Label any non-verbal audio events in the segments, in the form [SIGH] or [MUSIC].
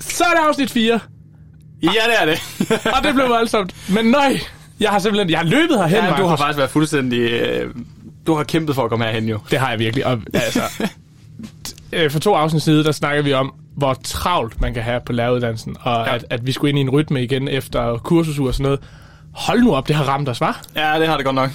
Så er det afsnit 4. Ja, det er det. Og det blev voldsomt. Men nej, jeg har simpelthen jeg har løbet herhen, [LAUGHS] ja, du har Markus. faktisk været fuldstændig... Øh, du har kæmpet for at komme herhen jo. Det har jeg virkelig. Og, altså, øh, for to afsnit siden, der snakkede vi om, hvor travlt man kan have på læreruddannelsen, og ja. at, at vi skulle ind i en rytme igen efter kursusur og sådan noget. Hold nu op, det har ramt os, var? Ja, det har det godt nok.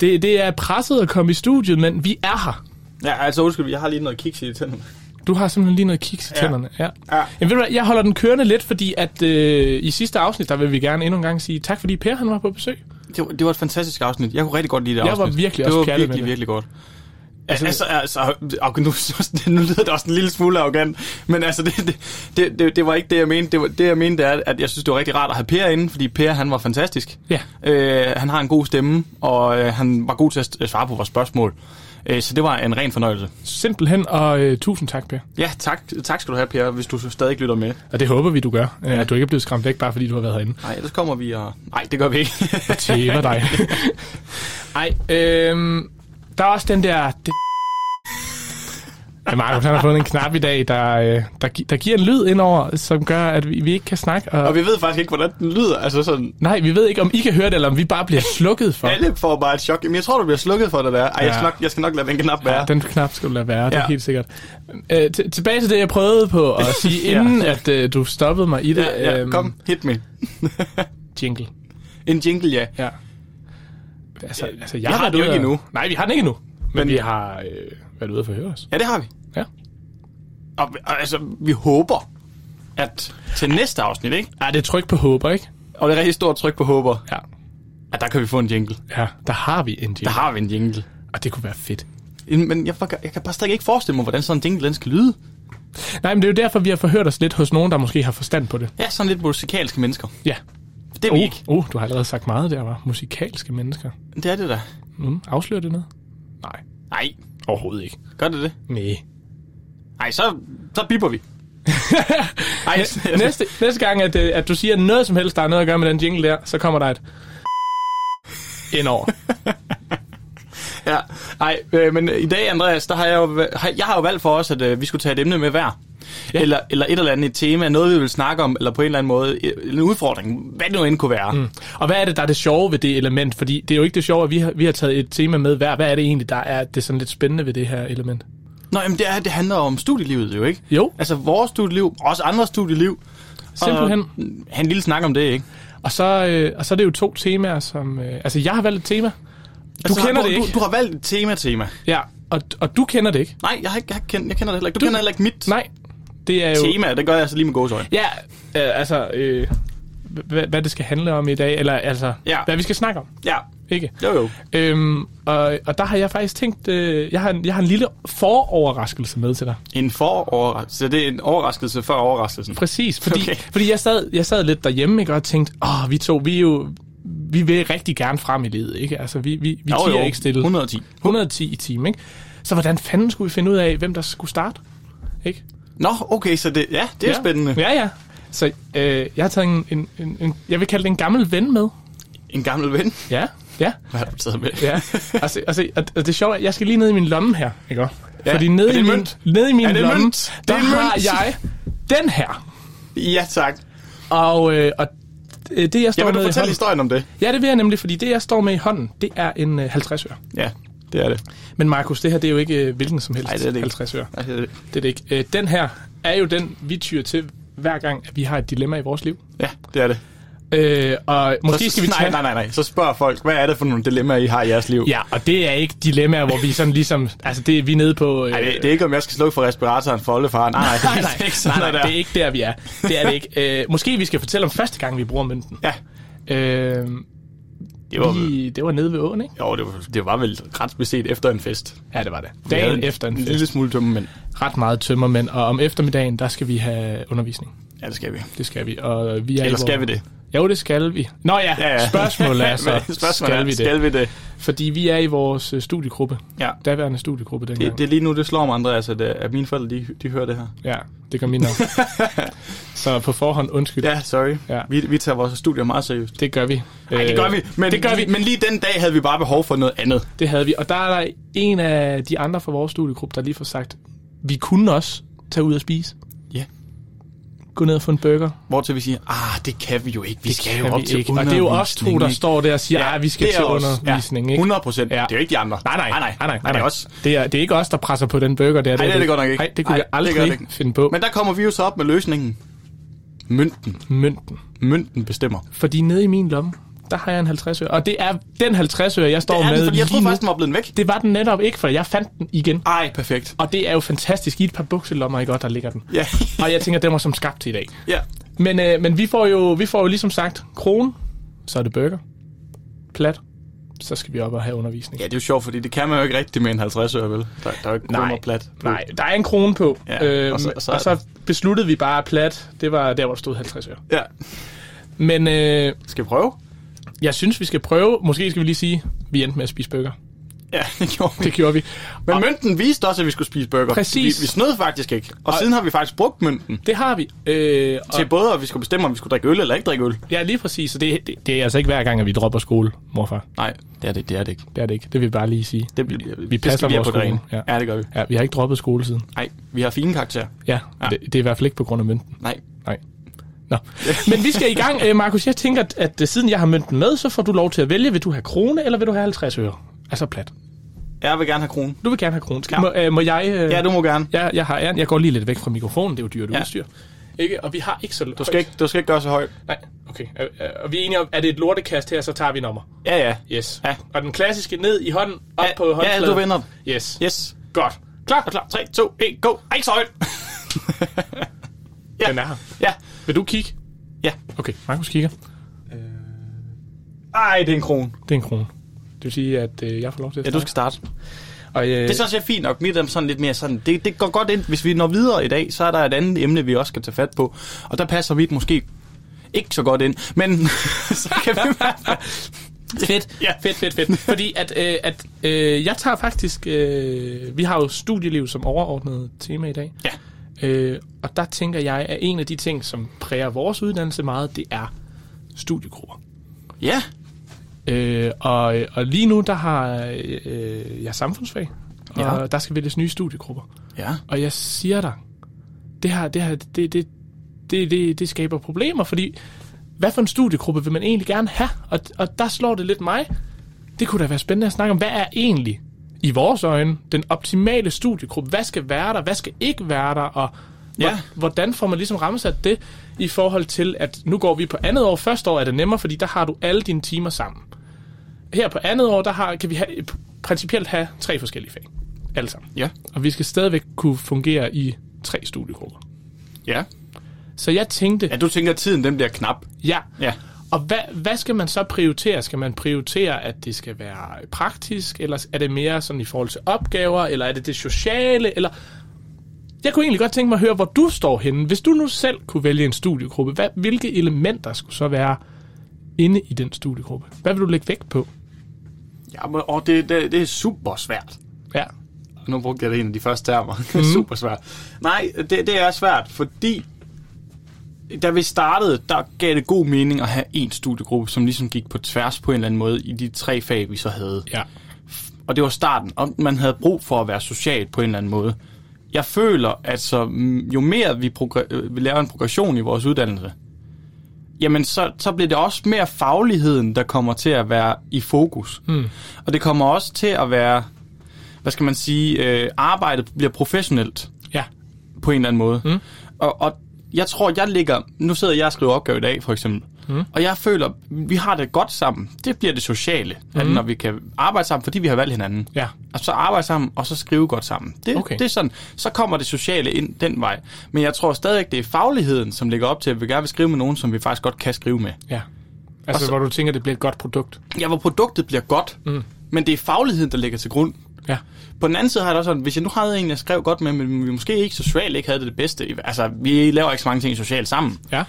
Det, det er presset at komme i studiet, men vi er her. ja, altså undskyld, jeg har lige noget kiks i tænderne. Du har simpelthen lige noget kiks i tænderne. Ja. Ja. Ja. Jamen, ved du hvad, jeg holder den kørende lidt, fordi at øh, i sidste afsnit, der vil vi gerne endnu en gang sige tak, fordi Per han var på besøg. Det var, det var et fantastisk afsnit. Jeg kunne rigtig godt lide det Jeg var afsnit. virkelig det også var pjattet virkelig, med det. virkelig godt. Altså, altså, altså okay, nu, nu [LAUGHS] lyder det også en lille smule arrogant, men altså, det, det, det, det, det var ikke det, jeg mente. Det, var, det, jeg mente, er, at jeg synes, det var rigtig rart at have Per inde, fordi Per, han var fantastisk. Ja. Øh, han har en god stemme, og øh, han var god til at svare på vores spørgsmål. Øh, så det var en ren fornøjelse. Simpelthen, og øh, tusind tak, Per. Ja, tak, tak skal du have, Per, hvis du stadig lytter med. Og det håber vi, du gør. Ja. At du ikke er blevet skræmt væk, bare fordi du har været herinde. Nej, ellers kommer vi og... Nej, det gør vi ikke. Tæver dig. [LAUGHS] Ej, øhm, der er også den der... Det... Ja, Markus, han har fundet en knap i dag, der, øh, der, gi- der giver en lyd indover, som gør, at vi, vi ikke kan snakke. Og, [LAUGHS] og vi ved faktisk ikke, hvordan den lyder. Altså sådan, Nej, vi ved ikke, om I kan høre det, eller om vi bare bliver slukket for. alle får bare et chok. Men jeg tror, du bliver slukket for det der. Ej, ja. jeg, skal Ja. nok, jeg skal nok lade den knap være. Ja, den knap skal du lade være, det er Ja. helt sikkert. Øh, t- tilbage til det, jeg prøvede på [LAUGHS] at sige, Ja. inden at øh, du stoppede mig i det. ja, ja, øhm, kom, hit me. Jingle. En jingle, ja. Ja. Altså, altså, jeg har været den jo ude ikke at- endnu. Nej, vi har den ikke endnu. Men, Men- Men vi har øh, været ude for at høre os. Ja, det har vi. Ja. Og, og altså, vi håber, at til næste afsnit, ikke? Ja, det er tryk på håber, ikke? Og det er rigtig stort tryk på håber, Ja. at der kan vi få en jingle. Ja, der har vi en Der jingle. har vi en jingle. Og det kunne være fedt. En- Men jeg, for- jeg kan bare stadig ikke forestille mig, hvordan sådan en jingle den skal lyde. Nej, men det er jo derfor, vi har forhørt os lidt hos nogen, der måske har forstand på det. Ja, sådan lidt musikalske mennesker. Ja. Det er vi ikke. Uh, uh, du har allerede sagt meget der, var musikalske mennesker. Det er det da. Mm, afslører det noget? Nej, Nej, overhovedet ikke. gør det det? Nej. Nej, så, så bipper vi. Ej, [LAUGHS] næste. Næste, næste gang, at, øh, at du siger noget som helst, der har noget at gøre med den jingle der, så kommer der et indover. Ja. Ej, øh, men i dag, Andreas, der har jeg, jo, va- har- jeg har jo valgt for os, at øh, vi skulle tage et emne med hver. Ja. Eller, eller et eller andet et tema, noget vi vil snakke om, eller på en eller anden måde, øh, en udfordring, hvad det nu end kunne være. Mm. [LAUGHS] Og hvad er det, der er det sjove ved det element? Fordi det er jo ikke det sjove, at vi har, vi har taget et tema med hver. Hvad er det egentlig, der er det sådan lidt spændende ved det her element? Nå, jamen det, er, det handler om studielivet jo, ikke? Jo. Altså vores studieliv, også andres studieliv. Simpelthen. [LAUGHS] Og, mm, have en lille snak om det, ikke? Og så, øh, og så er det jo to temaer, som... Øh, altså, jeg har valgt et tema. Du Altså, kender du, det ikke. Du, du har valgt et tema-tema. Ja, og, og du kender det ikke. Nej, jeg, har ikke, jeg, har ikke kendt, jeg kender det heller ikke. Du, du kender heller ikke mit Nej, det er jo... tema, det gør jeg altså lige med gåsøjne. Ja, øh, altså... Øh, hvad, hvad det skal handle om i dag, eller altså, Ja. hvad vi skal snakke om, Ja, ikke? jo jo. Øhm, og, og der har jeg faktisk tænkt, øh, jeg, har en, jeg har en lille foroverraskelse med til dig. En foroverraskelse. Så det er en overraskelse før overraskelsen. Præcis, fordi, Okay. okay. fordi jeg, sad, jeg sad lidt derhjemme ikke, og tænkte, åh, vi to, vi er jo, vi vil rigtig gerne frem i livet, ikke? Altså, vi, vi, vi tiger ikke stille. 110. 110 i timen, ikke? Så hvordan fanden skulle vi finde ud af, hvem der skulle starte? Ikke? Nå, okay, så det, ja, det er ja. spændende. Ja. Ja, ja. Så øh, jeg har taget en, en, en, en, jeg vil kalde det en gammel ven med. En gammel ven. [LAUGHS] Ja, ja. Hvad har du taget med? [LAUGHS] Ja, og, se, og, se, og, og det sjove er, at jeg skal lige ned i min lomme her, ikke også? Ja. Ja. Fordi Er nede det i, en min, mønt? nede i Er min det en lomme, mønt? Det der er en har mønt. jeg den her. ja tak. Og, øh, og øh, det, jeg står Ja, vil med du i fortælle hånden, historien om det? Ja, det vil jeg nemlig, fordi det, jeg står med i hånden, det er en øh, 50 øre. Ja, det er det. Men Markus, det her det er jo ikke øh, hvilken som helst Nej, det er det ikke. 50 øre. Nej, det er det. Det er det ikke. Øh, den her er jo den, vi tyr til hver gang, at vi har et dilemma i vores liv. Ja, det er det. Øh, og måske Så- skal vi tage... Nej, nej, nej, nej. Så spørger folk, hvad er det for nogle dilemmaer, I har i jeres liv? Ja, og det er ikke dilemmaer, hvor vi sådan ligesom... Altså, det er vi nede på... Øh, Nej, det, det, er ikke, om jeg skal slukke for respiratoren for oldefaren. Nej, nej, [LAUGHS] nej, [LAUGHS] det er ikke nej, nej, sådan noget nej, der. det er ikke der, vi er. Det er det ikke. Øh, måske vi skal fortælle om første gang, vi bruger mønten. Ja, Øh, det var, vi, det var nede ved åen, ikke? jo, det var, det var vel ret beset efter en fest. Ja, det var det. Vi havde Dagen efter en En fest. lille smule tømme, men Ret meget tømmermænd, og om eftermiddagen, der skal vi have undervisning. ja, det skal vi. Det skal vi. Og vi er i Eller vor- skal vi det? Jo, det skal vi. Nå ja, ja, ja. [LAUGHS] spørgsmålet er så, Spørgsmålet skal er, vi det? Skal vi det? Fordi vi er i vores øh, studiegruppe. Ja. Daværende studiegruppe dengang. Det, det er lige nu, det slår mig, Andreas, at, øh, at mine forældre, de, de hører det her. Ja, det gør min [LAUGHS] navn. så på forhånd undskyld. Ja. Ja, sorry. Ja. Ja. Vi, vi tager vores studier meget seriøst. Det gør vi. Øh, Nej, det gør vi. Men, det gør vi. men lige den dag havde vi bare behov for noget andet. Det havde vi. Og der er der en af de andre fra vores studiegruppe, der lige får sagt, vi kunne også tage ud og spise. Ja. gå ned og få en burger. Hvor til vi siger, ah, det kan vi jo ikke. Vi Det skal kan jo op vi til ikke. Og det er jo os to, der undervisning, ikke? står der og siger, Ja, ja, vi skal det er til os. undervisning. Ja, Ikke? 100 procent. Ja. Det er jo ikke de andre. Nej, nej, Ah, nej, nej, nej, nej, Det er nej. os. Det er, det er ikke os, der presser på den burger der. Nej, det er det godt nok ikke. Nej, det kunne Nej, jeg aldrig det gør det ikke. ikke. finde på. Men der kommer vi jo så op med løsningen. Mønten. Mønten. Mønten bestemmer. Fordi nede i min lomme, der har jeg en 50 øre. Og det er den 50 øre, jeg står Det er med det, fordi jeg lige troede nu. faktisk, den var blevet væk. Det var den netop ikke, for jeg fandt den igen. Ej, perfekt. Og det er jo fantastisk. I et par bukselommer, ikke godt, der ligger den. Ja. Og jeg tænker, den var som skabt til i dag. ja. Men, øh, men vi, får jo, vi får jo ligesom sagt, krone, så er det burger. Plat, så skal vi op og have undervisning. ja, det er jo sjovt, fordi det kan man jo ikke rigtigt med en 50 øre, vel? Der, der er jo ikke kroner plat. på. nej, der er en krone på. Ja, øhm, og så- og så er og så besluttede vi bare at plat. Det var der, hvor der stod 50 øre. Ja. Men øh, Skal vi prøve? jeg synes, vi skal prøve. Måske skal vi lige sige, vi endte med at spise burger. Ja, [LAUGHS] det gjorde vi. Det gjorde vi. Men Og- mønten viste også, at vi skulle spise burger. Præcis. Vi, vi snød faktisk ikke. Og siden har vi faktisk brugt mønten Det har vi. Øh, og, til både, at vi skulle bestemme, om vi skulle drikke øl eller ikke drikke øl. ja, lige præcis. Så det, det, det er altså ikke hver gang, at vi dropper skole, morfar. Nej, det er det, det er det ikke. Det er det ikke. Det vil jeg bare lige sige. Det, bliver, vi, passer vores på det skole. rene. Ja. Ja. ja, det gør vi. Ja, vi har ikke droppet skole siden. Nej, vi har fine karakterer. Ja, Ja. ja. Det, det er i hvert fald ikke på grund af mønten. Nej, Nej. [LAUGHS] Nå. Men vi skal i gang. Øh, Markus, jeg tænker, at, at øh, siden jeg har mønten med, så får du lov til at vælge, vil du have krone, eller vil du have 50 øre? Altså plat. jeg vil gerne have kronen. Du vil gerne have krone. Skal, Ja. ja. må, øh, må jeg... Øh, Ja, du må gerne. Jeg, jeg har æren. Jeg går lige lidt væk fra mikrofonen. Det er jo dyrt Ja. ja. udstyr. Ikke? Og vi har ikke så Du skal, ikke, du skal ikke gøre så højt. Nej, okay. Øh, øh, Og vi er enige om, at det er et lortekast her, så tager vi nummer. Ja, ja. Yes. Ja. Og den klassiske ned i hånden, op Ja, på ja, håndfladen. du vender den. Yes. yes. Yes. Godt. Klar, klar. 3, 2, 1, go. Ej, ikke så højt. Ja. Den er her. ja. Vil du kigge? Ja. Okay, Markus kigger. Ej, det er en krone. Det er en krone. Det vil sige, at øh, jeg får lov til at Ja, du skal starte. starte. Og, øh, Det synes jeg er fint nok. Mit er sådan lidt mere sådan. Det, det går godt ind. Hvis vi når videre i dag, så er der et andet emne, vi også skal tage fat på. Og der passer vi måske ikke så godt ind. Men [LAUGHS] så kan vi... Fedt, Ja. ja. fedt, fedt, fedt. [LAUGHS] Fordi at, øh, at øh, jeg tager faktisk... Øh, vi har jo studieliv som overordnet tema i dag. ja. Øh, og der tænker jeg, at en af de ting, som præger vores uddannelse meget, det er studiegrupper. Ja. Øh, og, og lige nu, der har øh, jeg samfundsfag, og Ja. ja. der skal vælges nye studiegrupper. Ja. Og jeg siger dig, det her, det her, det, det, det, det, det skaber problemer, fordi hvad for en studiegruppe vil man egentlig gerne have? Og, og der slår det lidt mig. Det kunne da være spændende at snakke om, hvad er egentlig, i vores øjne, den optimale studiegruppe? Hvad skal være der? Hvad skal ikke være der? Og hvor- Ja. hvordan får man ligesom rammesat det i forhold til, at nu går vi på andet år. Første år er det nemmere, fordi der har du alle dine timer sammen. Her på andet år, der har, kan vi have, principielt have tre forskellige fag. Alle sammen. Ja. Og vi skal stadigvæk kunne fungere i tre studiegrupper. Ja. Så jeg tænkte, Ja, at du tænker, at tiden den bliver knap. ja. Ja. Og hvad, hvad skal man så prioritere? Skal man prioritere, at det skal være praktisk, eller er det mere sådan i forhold til opgaver, eller er det det sociale, eller... Jeg kunne egentlig godt tænke mig at høre, hvor du står henne. Hvis du nu selv kunne vælge en studiegruppe, hvad, hvilke elementer skulle så være inde i den studiegruppe? Hvad vil du lægge vægt på? Ja, men, og det, det, det er super svært. Ja. Nu brugte jeg det en af de første termer. [LAUGHS] Mm. Super svært. Nej, det, det er svært, fordi da vi startede, der gav det god mening at have en studiegruppe, som ligesom gik på tværs på en eller anden måde i de tre fag, vi så havde. Ja. Og det var starten, og man havde brug for at være social på en eller anden måde. Jeg føler, at så, mm, jo mere vi, progr- øh, vi laver en progression i vores uddannelse, jamen så, så bliver det også mere fagligheden, der kommer til at være i fokus. Mm. Og det kommer også til at være, hvad skal man sige, øh, arbejdet bliver professionelt Ja. på en eller anden måde. Mm. Og, og jeg tror, jeg ligger... Nu sidder jeg og skriver opgave i dag, for eksempel. Mm. Og jeg føler, vi har det godt sammen. Det bliver det sociale, mm. at når vi kan arbejde sammen, fordi vi har valgt hinanden. Ja. Og så arbejde sammen, og så skrive godt sammen. Det, okay. Okay. det er sådan, så kommer det sociale ind den vej. Men jeg tror stadigvæk, det er fagligheden, som ligger op til, at vi gerne vil skrive med nogen, som vi faktisk godt kan skrive med. Ja. Altså, så- så, hvor du tænker, det bliver et godt produkt. Ja, hvor produktet bliver godt, mm. men det er fagligheden, der ligger til grund. Ja. På den anden side har jeg det også sådan, hvis jeg nu havde en, jeg skrev godt med, men vi måske ikke socialt ikke havde det, det bedste. Altså, vi laver ikke så mange ting socialt sammen. Ja.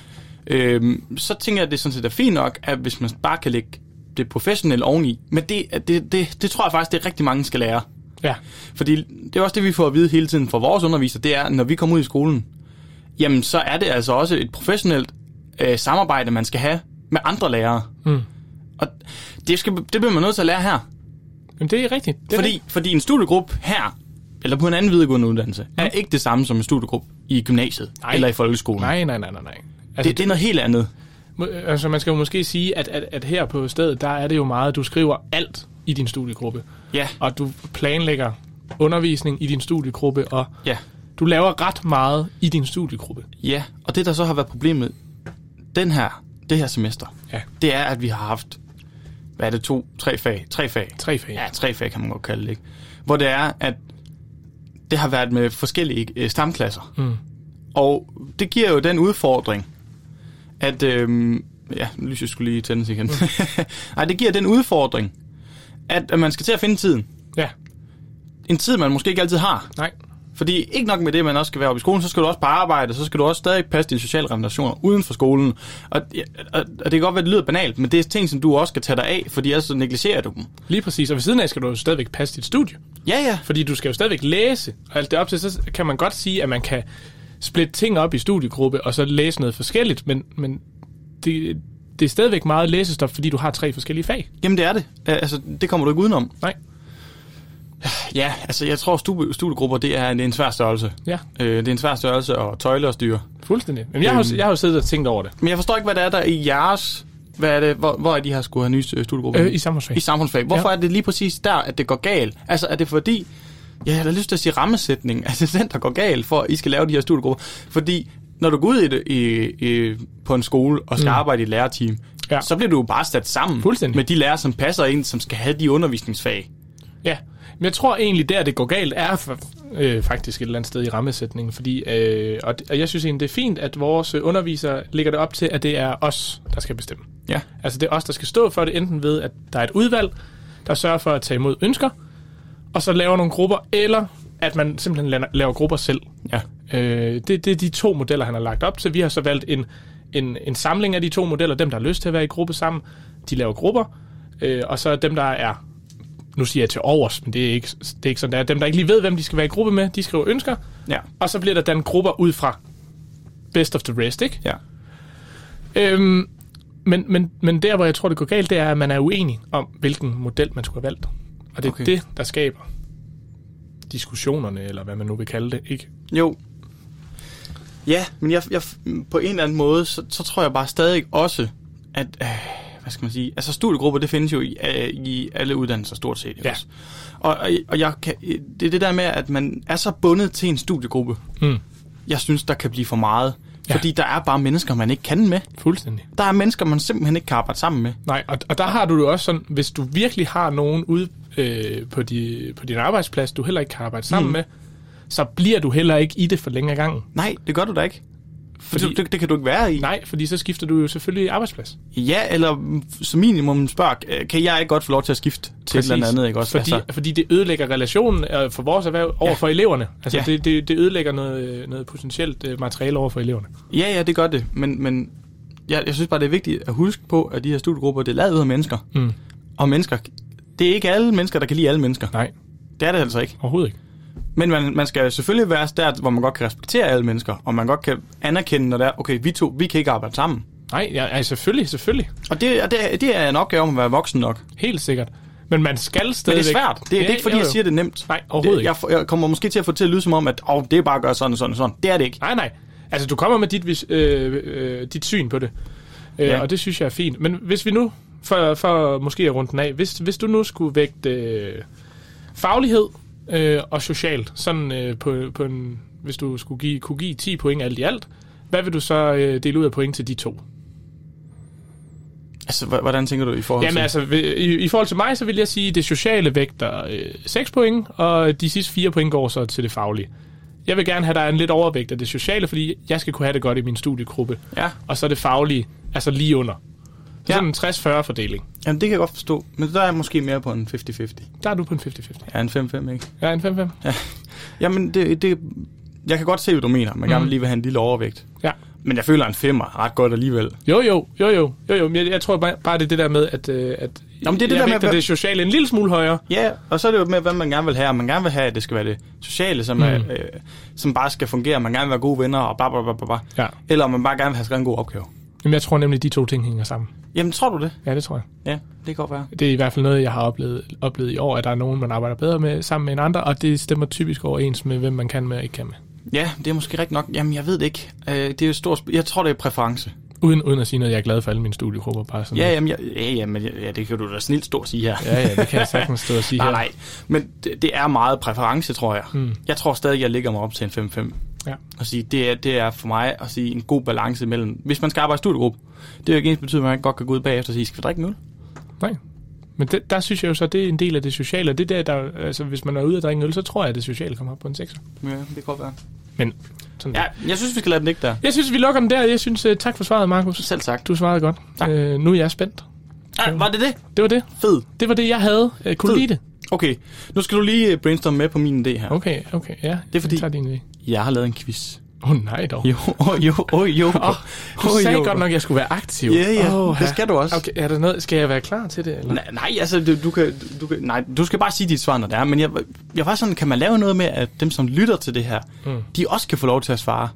Øhm, så tænker jeg, at det sådan set er fint nok, at hvis man bare kan lægge det professionelle oveni. Men det, det, det, det tror jeg faktisk, det er rigtig mange skal lære. Ja. Fordi det er også det, vi får at vide hele tiden fra vores undervisere, det er, at når vi kommer ud i skolen, jamen så er det altså også et professionelt øh, samarbejde, man skal have med andre lærere. Mm. Og det, skal, det bliver man nødt til at lære her. Jamen, det er rigtigt. Det er Fordi, fordi en studiegruppe her, eller på en anden videregående uddannelse, er ikke det samme som en studiegruppe i gymnasiet nej. eller i folkeskolen. Mm. Nej, nej, nej, nej, nej. Altså, Mm. det, det er noget helt andet. Må- Altså, man skal jo måske sige, at, at, at her på stedet, der er det jo meget, du skriver alt i din studiegruppe. Ja, Og du planlægger undervisning i din studiegruppe, og ja, du laver ret meget i din studiegruppe. ja. Og det, der så har været problemet den her, det her semester, Ja, det er, at vi har haft, hvad er det, to, tre fag? Tre fag. tre fag. Ja, tre fag kan man godt kalde det, ikke? Hvor det er, at det har været med forskellige øh, stamklasser. Mm. Og det giver jo den udfordring, at... Øhm, ja, lyset skulle lige tændes igen. [LAUGHS] Nej, det giver den udfordring, at, at man skal til at finde tiden. ja. En tid, man måske ikke altid har. nej. Fordi ikke nok med det, man også skal være oppe i skolen, så skal du også på arbejde, så skal du også stadig passe dine sociale relationer uden for skolen. Og, ja, og, og det kan godt være, det lyder banalt, men det er ting, som du også skal tage dig af, fordi ellers så negligerer du dem. Lige præcis. Og ved siden af skal du jo stadigvæk passe dit studie. Ja, ja. Fordi du skal jo stadigvæk læse. Og alt det op til, så kan man godt sige, at man kan splitte ting op i studiegruppe, og så læse noget forskelligt. Men, men det, det er stadigvæk meget læsestof, fordi du har tre forskellige fag. Jamen det er det. Øh, Altså, det kommer du ikke udenom. Nej. Ja, altså jeg tror, studie- studiegrupper, det er, det er en svær størrelse. Ja, Øh, det er en svær størrelse at tøjle og styre. fuldstændig. Men jeg har, jo- Øhm. jeg har jo siddet og tænkt over det. Men jeg forstår ikke, hvad det er, der i jeres... Hvad er det? Hvor, hvor er de her skulle have nye øh, studiegrupper? Øh, i samfundsfag. I samfundsfag. Hvorfor Ja. ja. er det lige præcis der, at det går galt? Altså, er det fordi... Ja, jeg har da lyst til at sige rammesætning. [LAUGHS] Altså, det er den, der går galt, for at I skal lave de her studiegrupper. Fordi når du går ud i det, i, i, på en skole og skal mm. arbejde i et lærerteam, Ja. ja. så bliver du jo bare sat sammen Fuldstændig. med de lærere, som passer ind, som skal have de undervisningsfag. Ja, men jeg tror egentlig, der det går galt, er for, øh, faktisk et eller andet sted i rammesætningen. Fordi, øh, og, det- og jeg synes egentlig, det er fint, at vores øh, undervisere lægger det op til, at det er os, der skal bestemme. Ja. Altså det er os, der skal stå for det, enten ved, at der er et udvalg, der sørger for at tage imod ønsker, og så laver nogle grupper, eller at man simpelthen laver- laver grupper selv. Ja. Øh, det, det er de to modeller, han har lagt op til. Vi har så valgt en, en, en samling af de to modeller. Dem, der har lyst til at være i gruppe sammen, de laver grupper. Øh, og så dem, der er, nu siger jeg til overs, men det er ikke, det er ikke sådan, der er. Dem, der ikke lige ved, hvem de skal være i gruppe med, de skriver ønsker. Ja. Og så bliver der dannet grupper ud fra best of the rest, ikke? Ja. Øhm, men, men, men der, hvor jeg tror, det går galt, det er, at man er uenig om, hvilken model man skulle have valgt. Og det er okay. Okay. det, der skaber diskussionerne, eller hvad man nu vil kalde det, ikke? Jo. Ja, men jeg, jeg, på en eller anden måde, så, så tror jeg bare stadig også, at, øh, hvad skal man sige, altså studiegrupper, det findes jo i, øh, i alle uddannelser stort set. ikke Ja. også? Og, og, og jeg kan, det er det der med, at man er så bundet til en studiegruppe. Mm. Jeg synes, der kan blive for meget. Ja. Hmm. Ja. Fordi der er bare mennesker, man ikke kan med. Fuldstændig. Der er mennesker, man simpelthen ikke kan arbejde sammen med. Nej, og, og der har du det også sådan, hvis du virkelig har nogen ude øh, på, di, på din arbejdsplads, du heller ikke kan arbejde sammen mm. Mm. med, så bliver du heller ikke i det for længe af gangen. Nej, det gør du da ikke. Fordi, Fordi- fordi det, det kan du ikke være i. Nej, fordi så skifter du jo selvfølgelig arbejdsplads. Ja, eller mm, som minimum spørg, øh, kan jeg ikke godt få lov til at skifte til et eller andet? Ikke også? Fordi, altså. fordi det ødelægger relationen øh, for vores erhverv over ja. for eleverne. Altså ja. Ja. det, det, det ødelægger noget, øh, noget potentielt øh, materiale over for eleverne. Ja, ja, det gør det, men, men jeg, jeg synes bare, det er vigtigt at huske på, at de her studiegrupper, det er lavet ud af mennesker. Mm. Og mennesker, det er ikke alle mennesker, der kan lide alle mennesker. Nej, Det er det altså ikke. overhovedet ikke. Men man, man skal selvfølgelig være der, hvor man godt kan respektere alle mennesker, og man godt kan anerkende, når det er, okay, vi to, vi kan ikke arbejde sammen. Nej, ja, ja, selvfølgelig, selvfølgelig. Og det, og det, det er en opgave om at være voksen nok. Men Helt sikkert. Men man skal det er stadigvæk... svært. Det, det er ikke, fordi jeg siger, det er nemt. Nej, overhovedet det, jeg, får- jeg kommer måske til at få det til at lyde som om, at oh, det er bare at gøre sådan og sådan og sådan. Det er det ikke. Nej, nej. Altså, du kommer med dit, vis- øh, øh, dit syn på det, øh, ja. Ja. og det synes jeg er fint. Men hvis vi nu, for, for måske at runde den af, hvis, hvis du nu skulle vægte øh, faglighed øh, og socialt, sådan øh, på, på en, hvis du skulle give, kunne give 10 point alt i alt, hvad vil du så øh, dele ud af point til de to? Altså, h- hvordan tænker du i forhold Jamen til... altså, ved- i, i forhold til mig, så vil jeg sige, at det sociale vægter øh, 6 point, og de sidste 4 point går så til det faglige. Jeg vil gerne have, at der er en lidt overvægt af det sociale, fordi jeg skal kunne have det godt i min studiegruppe. Ja. og så det faglige, altså lige under. Så Ja. ja. sådan en 60-40 fordeling. Jamen, det kan jeg godt forstå, men der er jeg måske mere på en 50-50. Der er du på en 50-50. Ja, en 5-5, ikke? Ja, en 5-5. Jamen, det, det, jeg kan godt se, hvad du mener. Man gerne vil lige vil have en lille overvægt. Ja. Men jeg føler en femmer er ret godt alligevel. Jo, jo, jo, jo, jo, jo. Men jeg, jeg tror bare, bare, det er det der med, at, øh, at Nå, men det er det jeg der med, vægter hvad- det sociale en lille smule højere. Ja, og så er det jo med, hvad man gerne vil have. Om Man gerne vil have, at det skal være det sociale, som, mm. er, øh, som bare skal fungere. Man gerne vil være gode venner og bla bla bla bla. bla. Ja. Eller om man bare gerne vil have skrevet en god opgave. Jamen, jeg tror nemlig, de to ting hænger sammen. Jamen, tror du det? Ja, det tror jeg. Ja, det kan godt være. Det er i hvert fald noget, jeg har oplevet, oplevet i år, at der er nogen, man arbejder bedre med sammen med en andre, og det stemmer typisk overens med, hvem man kan med og ikke kan med. Ja, det er måske rigtigt nok. Jamen, jeg ved det ikke. Øh, det er jo stor sp- jeg tror, det er præference. Uden, uden at sige noget, jeg er glad for alle mine studiegrupper. Bare sådan Ja, noget. jamen, jeg, ja, jamen, ja, ja, det kan du da snilt stå og sige her. ja, ja, det kan jeg sagtens stå og sige [LAUGHS] Nej, her. nej. Men det, det er meget præference, tror jeg. Mm. Jeg tror stadig, jeg ligger mig op til en 5-5. Ja. Og sige, det, er, det er for mig at sige en god balance mellem... Hvis man skal arbejde i studiegruppe, det er jo ikke ens betydning, at man ikke godt kan gå ud bagefter og sige, skal vi drikke en øl? Nej. Men det, der synes jeg jo så, det er en del af det sociale, og det der, der altså, hvis man er ude og drikke en øl, så tror jeg, at det sociale kommer op på en sekser. Ja, det kan godt være. Men sådan ja. Ja, jeg synes, vi skal lade den ligge der. Jeg synes, vi lukker den der. Jeg synes, uh, tak for svaret, Markus. Selv sagt. Du svarede godt. Tak. Øh, nu er jeg spændt. Ja, var det det? Det var det. Fed. Det var det, jeg havde. Øh, kunne du Fed. lide det? Okay, nu skal du lige øh, brainstorme med på min idé her. Okay, okay, ja. Det er fordi- Jeg tager din idé. Jeg har lavet en quiz. Åh oh, nej dog. Jo, [LAUGHS] oh, jo, oh, jo. Oh, du Åh, oh, sagde jo. jo. godt nok, at jeg skulle være aktiv. Ja, ja, Åh, det ja. skal du også. Okay, er der noget? Skal jeg være klar til det? Eller? Nej, nej, altså, du, du, kan, du kan, nej, du skal bare sige dit svar, når det er. Men jeg, jeg var sådan, kan man lave noget med, at dem, som lytter til det her, mm. de også kan få lov til at svare?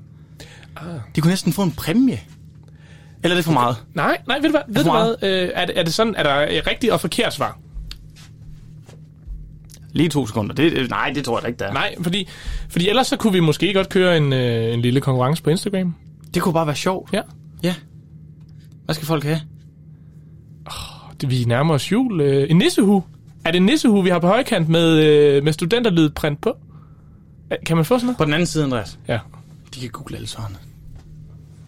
Ah. De kunne næsten få en præmie. Eller er det for meget? Nej, nej, ved du hvad? Ved du meget? hvad? Øh, er, det, er det sådan, er der øh, rigtigt og forkert svar? Lige to sekunder. Det, øh, nej, det tror jeg da ikke, der er. Nej, fordi, fordi ellers så kunne vi måske godt køre en, øh, en lille konkurrence på Instagram. Det kunne bare være sjovt. Ja. Ja. Hvad skal folk have? Det- Vi nærmer os jul. Øh, en nissehue. Er det en nissehue, vi har på højkant med, øh, med studenterlyd print på? Øh, Kan man få sådan noget? På den anden side, Andreas. Ja. De kan google alle svarene.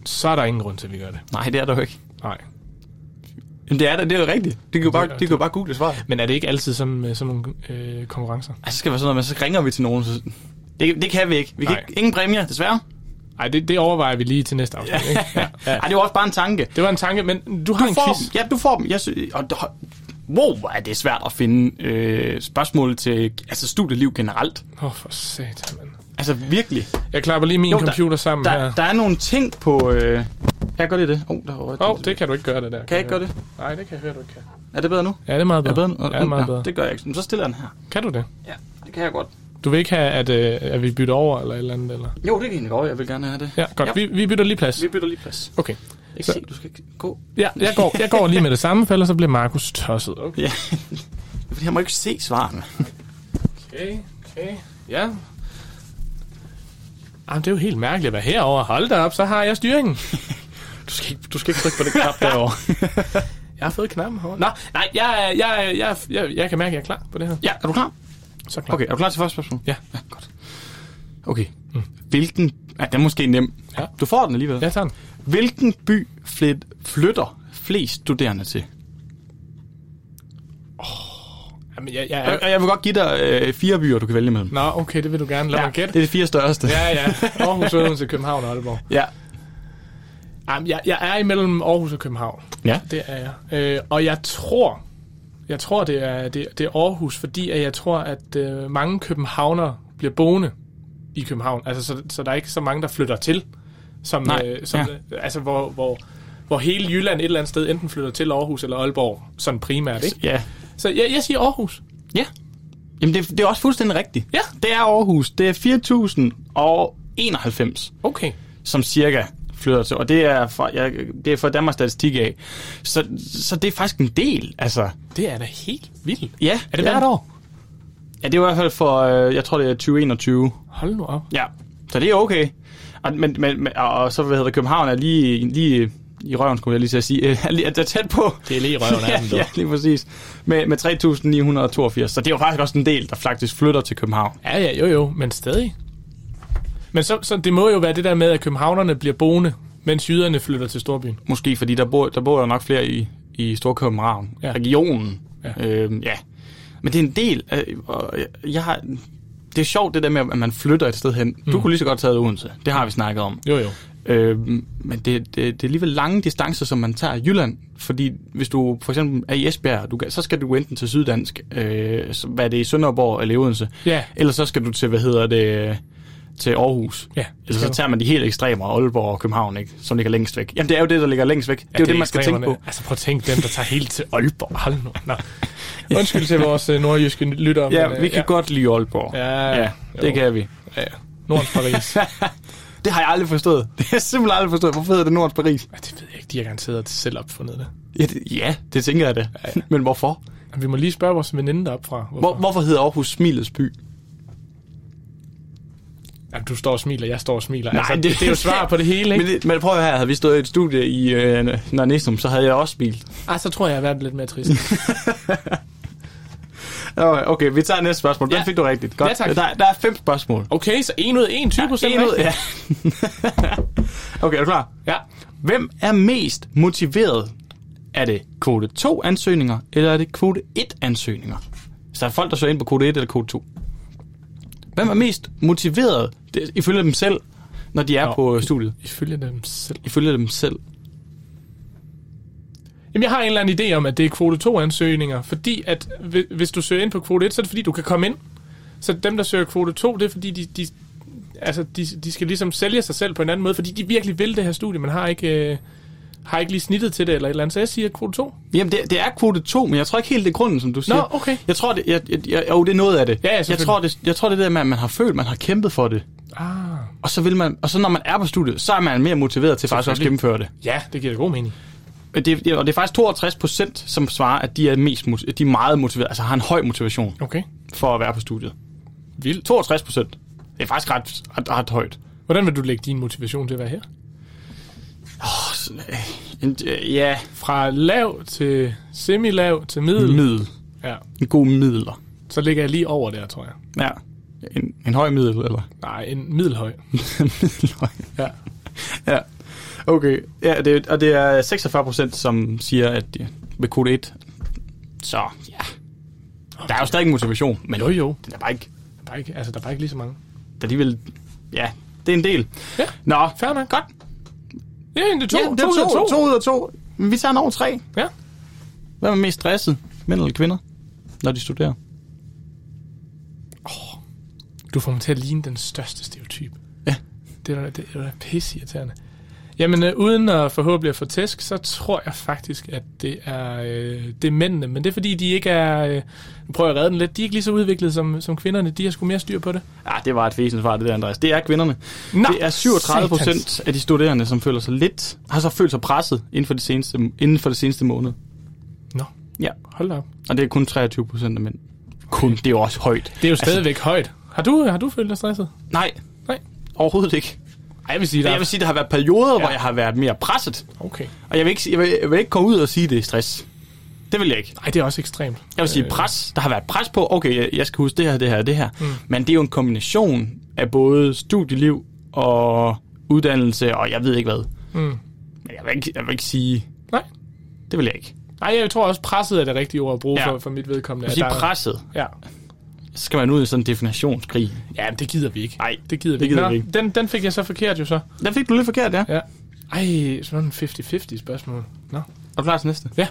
Så er der ingen grund til, at vi gør det. Nej, det er der jo ikke. Nej. Jamen, det er der, det er jo rigtigt. De kan jo bare, er de kan jo bare google svaret. Men er det ikke altid sådan, med sådan nogle øh, konkurrencer? Altså, så skal det være sådan noget, men så ringer vi til nogen. Så... Det, det kan vi ikke. Vi kan Nej. ikke, ingen præmier, desværre. Nej, det, det overvejer vi lige til næste [LAUGHS] afsnit. Ikke? Ja. Ja. Ej, det var også bare en tanke. Det var en tanke, men du har en får, quiz. ja, du får dem. Jeg sy- og, og, wow, hvor er det svært at finde øh, spørgsmål til altså studieliv generelt. Åh, oh, for satan, mand. Altså virkelig. Jeg klapper lige min jo, der- computer sammen Der, her. der er nogle ting på... Øh, jeg gør lige det. Oh, der var Åh, oh, det kan du ikke gøre, det der. Kan jeg ikke gøre det? Nej, det kan jeg høre, du ikke kan. Er det bedre nu? Ja, det er meget Er det bedre. bedre nu? Ja, det er meget Nå, bedre. Det gør jeg ikke. Men så stiller jeg den her. Kan du det? Ja, det kan jeg godt. Du vil ikke have, at, øh, at vi bytter over eller et eller andet? Eller? Jo, det kan jeg egentlig godt. Jeg vil gerne have det. Ja, godt. Ja. Vi, vi bytter lige plads. Vi bytter lige plads. Okay. Jeg Så- kan se, du skal ikke gå. Ja, jeg går, jeg går lige med det samme, for ellers så bliver Markus tosset. Okay. Ja. [LAUGHS] Fordi jeg må ikke se svarene. Okay, okay. Ja. Jamen, det er jo helt mærkeligt at være herovre. Hold da op, så har jeg styringen. [LAUGHS] Du skal ikke, du skal ikke trykke på det knap derovre. Jeg har fået knappen herovre. Nå, nej, jeg, er- jeg, er- jeg, er- jeg, jeg kan mærke, at jeg er klar på det her. ja, er du klar? Så klar. Okay, er du klar til første spørgsmål? Ja. Ja, godt. Okay. Mm. Hvilken... Ja, den er måske nem. Ja. Du får den alligevel. Jeg tager den. Hvilken by flit, flytter flest studerende til? Jamen, jeg, jeg, Jeg, jeg vil godt give dig øh, fire byer, du kan vælge mellem. Nå, okay, det vil du gerne. Lad ja. mig det er gætte. de fire største. Ja, ja. Aarhus, Odense, København og Aalborg. ja. Jamen, jeg, jeg er imellem Aarhus og København. ja. Det er jeg. Øh, og jeg tror, jeg tror det, er, det, det er Aarhus, fordi at jeg tror, at øh, mange københavnere bliver boende i København. Altså, så, så der er ikke så mange, der flytter til. Som, Nej, øh, som, ja. øh, Altså, hvor, hvor, hvor hele Jylland et eller andet sted enten flytter til Aarhus eller Aalborg, sådan primært, ikke? Ja. Så jeg, jeg siger Aarhus. Ja. Jamen, det, det er også fuldstændig rigtigt. Ja. Det er Aarhus. Det er 4.091. Okay. som cirka flytter til, og det er fra, ja, det er fra Danmarks Statistik af. Så, så det er faktisk en del, altså. Det er da helt vildt. Ja, Er det ja. hvert år? Ja, det er i hvert fald for, øh, jeg tror det er 2021. Hold nu op. Ja, så det er okay. Og, men, men, men, og, og så hvad hedder det, København er lige, lige i røven, skulle jeg lige til at sige. [LAUGHS] Øh, er lige- er tæt på. Det er lige i røven af [LAUGHS] ja, dem, dog. ja, lige præcis. Med, med 3.982. Så det er jo faktisk også en del, der faktisk flytter til København. Ja, ja, jo, jo, men stadig. Men så, så det må jo være det der med, at københavnerne bliver boende, mens jyderne flytter til storbyen. Måske fordi der bor der, bor der nok flere i, i Storkøbenhavn, Ja. ja. regionen. Ja. Ja. Øhm, ja. Men det er en del. af- og jeg, jeg har, det er sjovt det der med, at man flytter et sted hen. Mm. Du kunne lige så godt tage det Odense. Det har vi snakket om. Jo, jo. Øhm, men det, det, det er alligevel lange distancer, som man tager i Jylland. Fordi hvis du for eksempel er i Esbjerg, du, kan- så skal du enten til Syddansk, øh, så- hvad er det i Sønderborg eller i Odense. Ja. Eller så skal du til, hvad hedder det, til Aarhus. Ja, Eller skal så du. tager man de helt ekstremer, Aalborg og København, ikke? som ligger længst væk. Jamen det er jo det, der ligger længst væk. Ja, det er jo det, man skal tænke ekstremerne. på. Altså prøv at tænke dem, der tager helt [LAUGHS] til Aalborg. Hold nu. Nå. Undskyld til vores øh, nordjyske lyttere. Ja, men, øh, vi kan ja. godt lide Aalborg. Ja, ja det jo. kan vi. Ja, ja. Nordens Paris. det Det har jeg aldrig forstået. [LAUGHS] Det har jeg simpelthen aldrig forstået. Hvorfor hedder det Nordens Paris? Ja, det ved jeg ikke. De har garanteret selv opfundet det. Ja, det, ja, det tænker jeg det. Men hvorfor? Vi må lige spørge vores veninde deroppe fra. Hvorfor? Hvor, hvorfor hedder Aarhus Smilets by? Ja, du står og smiler, jeg står og smiler. Nej, altså, det- det, det, er jo svar på det hele, ikke? Men, det, men prøv at høre her, havde vi stået i et studie i øh, Nørre Næsum, så havde jeg også smilet. Ah, så tror jeg, jeg har været lidt mere [LAUGHS] trist. Okay, okay, vi tager næste spørgsmål. Den Ja. fik du rigtigt. Godt. Ja, tak. Der, der er fem spørgsmål. Okay, så en ud af en, 20 procent. En ud, ja. [LAUGHS] okay, er du klar? ja. Hvem er mest motiveret? Er det kvote 2 ansøgninger, eller er det kvote 1 ansøgninger? Så der er folk, der søger ind på kvote 1 eller kvote 2. Hvem er mest motiveret, det, ifølge dem selv, når de er Nå. på øh, studiet? Ifølge dem selv. Ifølge dem selv. Jamen, jeg har en eller anden idé om, at det er kvote 2-ansøgninger, fordi at hvi- hvis du søger ind på kvote 1, så er det fordi, du kan komme ind. Så dem, der søger kvote 2, det er fordi, de, de, altså, de, de skal ligesom sælge sig selv på en anden måde, fordi de virkelig vil det her studie, men har ikke, øh, har ikke lige snittet til det eller et eller andet. Så jeg siger kvote 2. Jamen, det, det er kvote 2, men jeg tror ikke helt, det er grunden, som du siger. okay. Jeg tror, det, jeg, jeg, jeg, jo, det er noget af det. Ja, ja, jeg, selvfølgelig. tror, det, jeg tror, det er det, med, at man har følt, man har kæmpet for det. Ah. Og så, vil man, og så når man er på studiet, så er man mere motiveret til faktisk også at Selvfølgelig. gennemføre det. Ja, det giver da god mening. Men Det, det- og det er faktisk 62 procent, som svarer, at de er, mest, moti- de er meget motiveret, altså har en høj motivation Okay. for at være på studiet. Vildt. 62 procent. Det er faktisk ret, ret, ret højt. Hvordan vil du lægge din motivation til at være her? Åh, sådan, øh, en- øh, Ja, Fra lav til semilav til middel. middel. Ja. En god midler. Så ligger jeg lige over der, tror jeg. Ja. En, en høj middel, eller? [LAUGHS] Nej, en middelhøj. Middelhøj. Ja. Ja. Okay. Ja, det, og det er 46 procent, som siger, at de, ved kode 1. Så, ja. Der er jo stadig en motivation, men Jo, jo. den er bare ikke... Der er bare ikke, altså, der er bare ikke lige så mange. Der er alligevel... Ja, det er en del. Ja. Nå, Fair nok. godt. Ja, det er to. Ja, det er to, ud af to, to ud af to. Men vi tager en over tre. Ja. Hvem er mest stresset? Mænd eller kvinder? Når de studerer. Du får mig til at ligne den største stereotyp. Ja. Det er da, det er da pisseirriterende. Jamen, øh, uden at forhåbentlig at få tæsk, så tror jeg faktisk, at det er, øh, det er mændene. Men det er fordi, de ikke er... Øh, nu prøver jeg at redde den lidt. De er ikke lige så udviklede som, som kvinderne. De har sgu mere styr på det. Ja, det var et fæsende svar, det der, Andreas. Det er kvinderne. Nå, det er 37 satans. procent af de studerende, som føler sig lidt, har så følt sig presset inden for det seneste, inden for det seneste måned. Nå, Ja, hold da op. og det er kun 23 procent af mænd. Kun, det er jo også højt. Det er jo stadigvæk altså, højt. Har du, har du følt dig stresset? Nej, Nej. overhovedet ikke. Ej, jeg vil sige, der Jeg vil sige, der har været perioder, ja. hvor Ja. jeg har været mere presset. Okay. Og jeg vil, ikke, sige- jeg, vil, jeg vil ikke komme ud og sige, at det er stress. Det vil jeg ikke. Nej, det er også ekstremt. Jeg vil sige pres. Der har været pres på, okay, jeg- jeg skal huske det her, det her, det her. Mm. Men det er jo en kombination af både studieliv og uddannelse, og jeg ved ikke hvad. Mm. Men jeg vil ikke, jeg vil ikke sige, Nej. det vil jeg ikke. Jeg Nej, jeg tror også, presset er det rigtige ord at bruge Ja. ja. for, for mit vedkommende. vil At sige der er- presset. Ja. Så skal man ud i sådan en definitionskrig. ja, men det gider vi ikke. Nej, det gider vi det ikke. gider Nå, vi ikke. Den, den fik jeg så forkert jo så. Der fik du lidt forkert, ja. Ja. Ej, sådan en 50-50 spørgsmål. Nå. Er du klar til næste? Ja.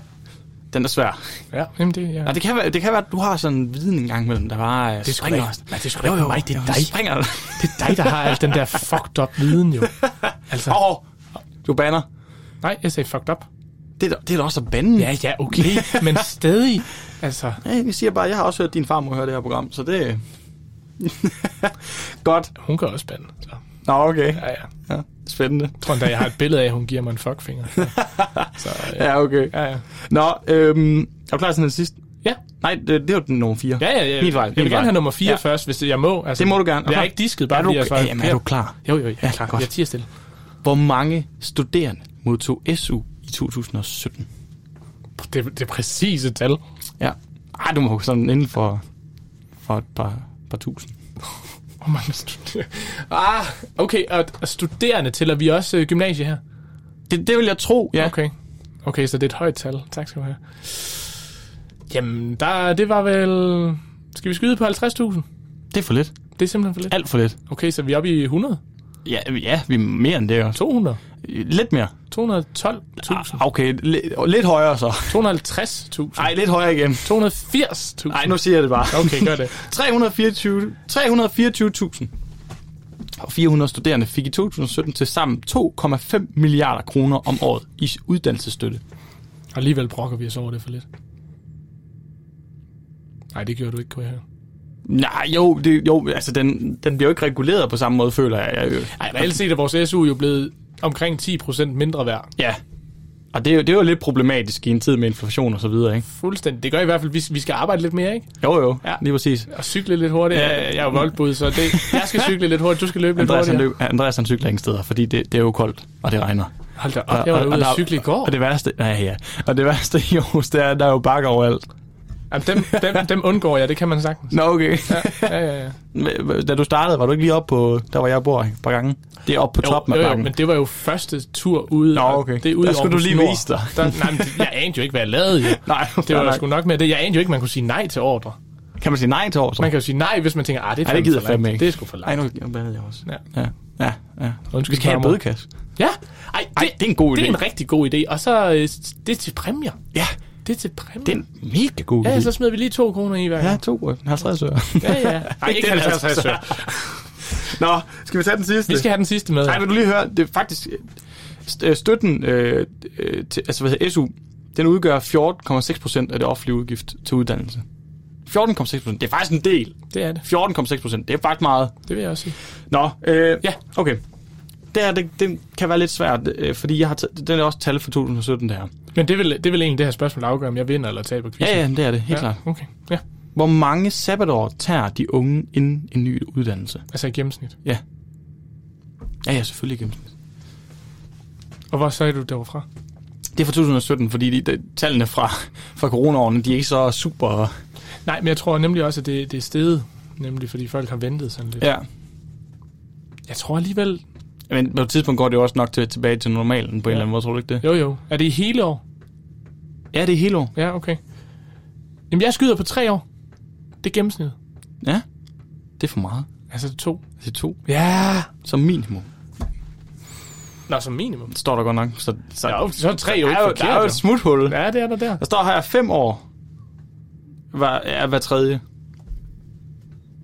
Den er svær. Ja, jamen det, ja. Ja, det, kan være, det kan være, at du har sådan en viden engang imellem, der bare øh, det er sgu da ikke- nej, det er sgu da ikke mig, det er dig. Springer. det er dig, der har alt den der fucked up viden [LAUGHS] jo. Altså, oh. Åh, oh, du banner. nej, jeg sagde fucked up. Det er, da- det er da også at bande. Ja, ja, okay, men stadig. Altså, Ja, jeg siger bare, jeg har også hørt din farmor høre det her program, så det... [LAUGHS] Godt. hun kan også spænde. Så. Nå, okay. Ja, ja. Ja, spændende. Jeg tror endda, jeg har et billede af, at hun giver mig en fuckfinger. Så, øh, Ja, okay. ja, ja. Nå, øhm, er du klar til den sidste? Ja, Nej, det, det var den nummer 4. ja, ja. ja. Min fejl, Jeg min vil fejl. gerne have nummer 4 Ja. ja. først, hvis jeg må. Altså, Det må du gerne. Er du Jeg klar? har ikke disket, bare er du, fordi jeg ja, svarede jamen, er forkert. du klar? Jo, jo, jeg Ja, er klar. godt. Jeg tiger stille. Hvor mange studerende modtog SU i 2017? Det, det er præcise tal. Ja. Ej, du må jo sådan inden for, for et par, par tusind. Hvor mange studerende? Ah, okay, og, og studerende tæller vi også øh, gymnasie her? Det, det vil jeg tro, ja. Okay. Okay, så det er et højt tal. Tak skal du have. Jamen, der, det var vel... Skal vi skyde på 50.000? Det er for lidt. Det er simpelthen for lidt. Alt for lidt. Okay, så vi er oppe i 100? Ja, ja vi er mere end det også. 200? Lidt mere. 212.000? Ah, Okay, lidt, lidt højere [LAUGHS] så. 250.000? Nej, lidt højere igen. 280.000? Nej, nu siger jeg det bare. Okay, gør det. 324 324.000 og 400 studerende fik i 2017 til sammen 2,5 milliarder kroner om året i uddannelsesstøtte. Og alligevel brokker vi os over det for lidt. Nej, det gjorde du ikke, kunne jeg høre. Nej, jo, det, jo altså den, den bliver jo ikke reguleret på samme måde, føler jeg. jeg, jeg Ej, reelt set er vores SU jo blevet omkring 10% mindre værd. ja. Og det, er jo- det er jo lidt problematisk i en tid med inflation og så videre, ikke? Fuldstændig. Det gør i hvert fald, at vi, vi skal arbejde lidt mere, ikke? Jo, jo, Ja. ja. lige præcis. Og cykle lidt hurtigt. Ja, Ja, jeg er jo voldbud, så det, jeg skal cykle lidt hurtigt. Du skal løbe lidt Andreas, han, hurtigt. løb, Andreas han cykler ingen steder, fordi det, det er jo koldt, og det regner. Hold da op, jeg var ude der- at cykle i går. Og det værste, nej, ja. Og det værste i Aarhus, det er, at der er jo bakker overalt. Jamen, dem, dem, dem undgår jeg, det kan man sagtens. Nå, okay. [LAUGHS] Ja. Ja, ja, ja. Da du startede, var du ikke lige oppe på, der hvor jeg bor et par gange? Det er oppe på toppen af jo, jo, bakken. men det var jo første tur ude. Nå, og okay. Det er ude Der i skulle Aarhus du lige Nord. vise dig. Der, nej, men det- jeg anede jo ikke, hvad jeg lavede. Jo. Nej, Det var nej. der sgu nok med det. Jeg anede jo ikke, man kunne sige nej til ordre. Kan man sige nej til Aarhus? Man kan jo sige nej, hvis man tænker, ah, det er Ej, det fandme gider for jeg fandme langt. ikke. Det er sgu for langt. Ej, nu bandede jeg også. Ja. Ja, ja, ja. Undskyld, Vi skal have en farmor. bødekasse. Ja, Ej, det, Ej, det er en god det er idé. en rigtig god idé. Og så øh, s- det er til præmier. Ja, Det er til præmier. det er en mega god idé. Ja, så smider vi lige to kroner i hver Ja, gang. to. øh, 50 øre. Ja, ja. Ej, [LAUGHS] ikke den 50 altså. øre. Nå, skal vi tage den sidste? Vi skal have den sidste med. Nej, her. vil du lige høre, det er faktisk st- øh, støtten øh, øh, til, altså hvad hedder SU, den udgør 14,6 procent af det offentlige udgift til uddannelse. 14,6 procent, det er faktisk en del. Det er det. 14,6 procent, det er faktisk meget. Det vil jeg også sige. Nå, øh, ja, okay. Det her, det, det kan være lidt svært, øh, fordi jeg har taget, den er også tal for 2017, det her. Men det vil, det vil egentlig det her spørgsmål afgøre, om jeg vinder eller taber quizzen. Ja, ja, det er det, helt ja. klart. Okay, ja. Hvor mange sabbatår tager de unge inden en ny uddannelse? Altså i gennemsnit. Ja. Ja, ja, selvfølgelig gennemsnit. Og hvor sagde du, det var fra? Det er fra 2017, fordi de, de, tallene fra, fra coronaårene, de er ikke så super... Nej, men jeg tror nemlig også, at det, det er steget. Nemlig fordi folk har ventet sådan lidt. Ja. Ja. Jeg tror alligevel... Men på et tidspunkt går det jo også nok til, tilbage til normalen på en Ja. eller anden måde, tror du ikke det? Jo, jo. Er det i hele år? Ja, det er hele år. Ja, okay. Jamen, jeg skyder på tre år. Det er gennemsnittet. Ja. Det er for meget. Altså to. Det er to. Ja. Som minimum. Nå, som minimum. Står der godt nok. Så, så Ja, jo, så er tre jo der, ikke er jo, der forkert. er jo et jo. smuthul. Ja, det er der der. Der står her fem år. Hver, ja, hver tredje.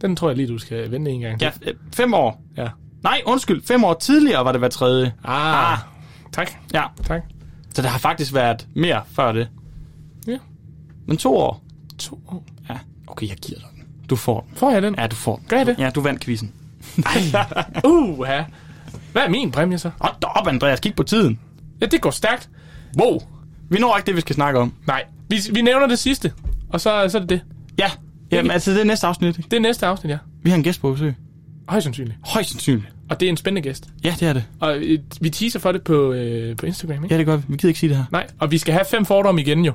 Den tror jeg lige, du skal vente en gang. til. Ja, øh, fem år. ja. Nej, undskyld. Fem år tidligere var det hver tredje. Ah. Ah. Tak, Ja. tak. Så der har faktisk været mere før det. Ja. Men to år. To år. Ja. Okay, jeg giver dig den. Du får den. Får jeg den? Ja, du får den. Gør jeg det? Ja, du vandt quizzen. Uh, ja. Hvad er min præmie så? Hold da op, Andreas. Kig på tiden. Ja, det går stærkt. Wow. Vi når ikke det, vi skal snakke om. Nej, vi, vi nævner det sidste. Og så, så er det det. Ja. Jamen, altså, det er næste afsnit. ikke? Det er næste afsnit, ja. Vi har en gæst på besøg. Højst sandsynligt. Højst sandsynligt. Og det er en spændende gæst. Ja, det er det. Og øh, vi teaser for det på, øh, på Instagram, ikke? Ja, det gør vi. Vi gider ikke sige det her. Nej, og vi skal have fem fordomme igen jo.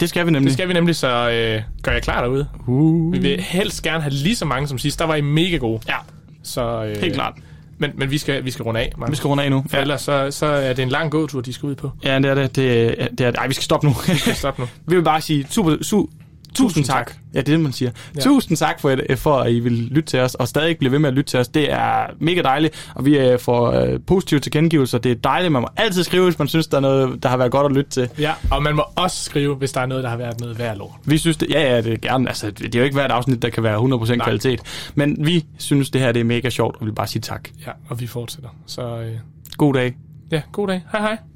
Det skal vi nemlig. Det skal vi nemlig, så øh, gør jeg klar derude. Uh. Vi vil helst gerne have lige så mange som sidst. Der var I mega gode. Ja, Så, øh, helt klart. Men, men vi, skal, vi skal runde af, Vi Markus. skal runde af nu. For ellers så, så er det en lang gåtur, de skal ud på. Ja, det er det. Det er, det er det. Ej, vi skal stoppe nu. Stop nu. [LAUGHS] vi vil bare sige super, su, tusind tak. tak. Ja, det er det, man siger. Ja. Tusind tak for, at, for, at I vil lytte til os, og stadig blive ved med at lytte til os. Det er mega dejligt, og vi øh, får øh, positive tilkendegivelser. Det er dejligt. Man må altid skrive, hvis man synes, der er noget, der har været godt at lytte til. Ja, og man må også skrive, hvis der er noget, der har været noget værd lort. Vi synes, det, ja, ja, det er gerne. Altså, det er jo ikke hvert afsnit, der kan være 100% Nej. kvalitet. Men vi synes, det her det er mega sjovt, og vi vil bare sige tak. Ja, og vi fortsætter. Så øh, God dag. ja, god dag. Hej hej.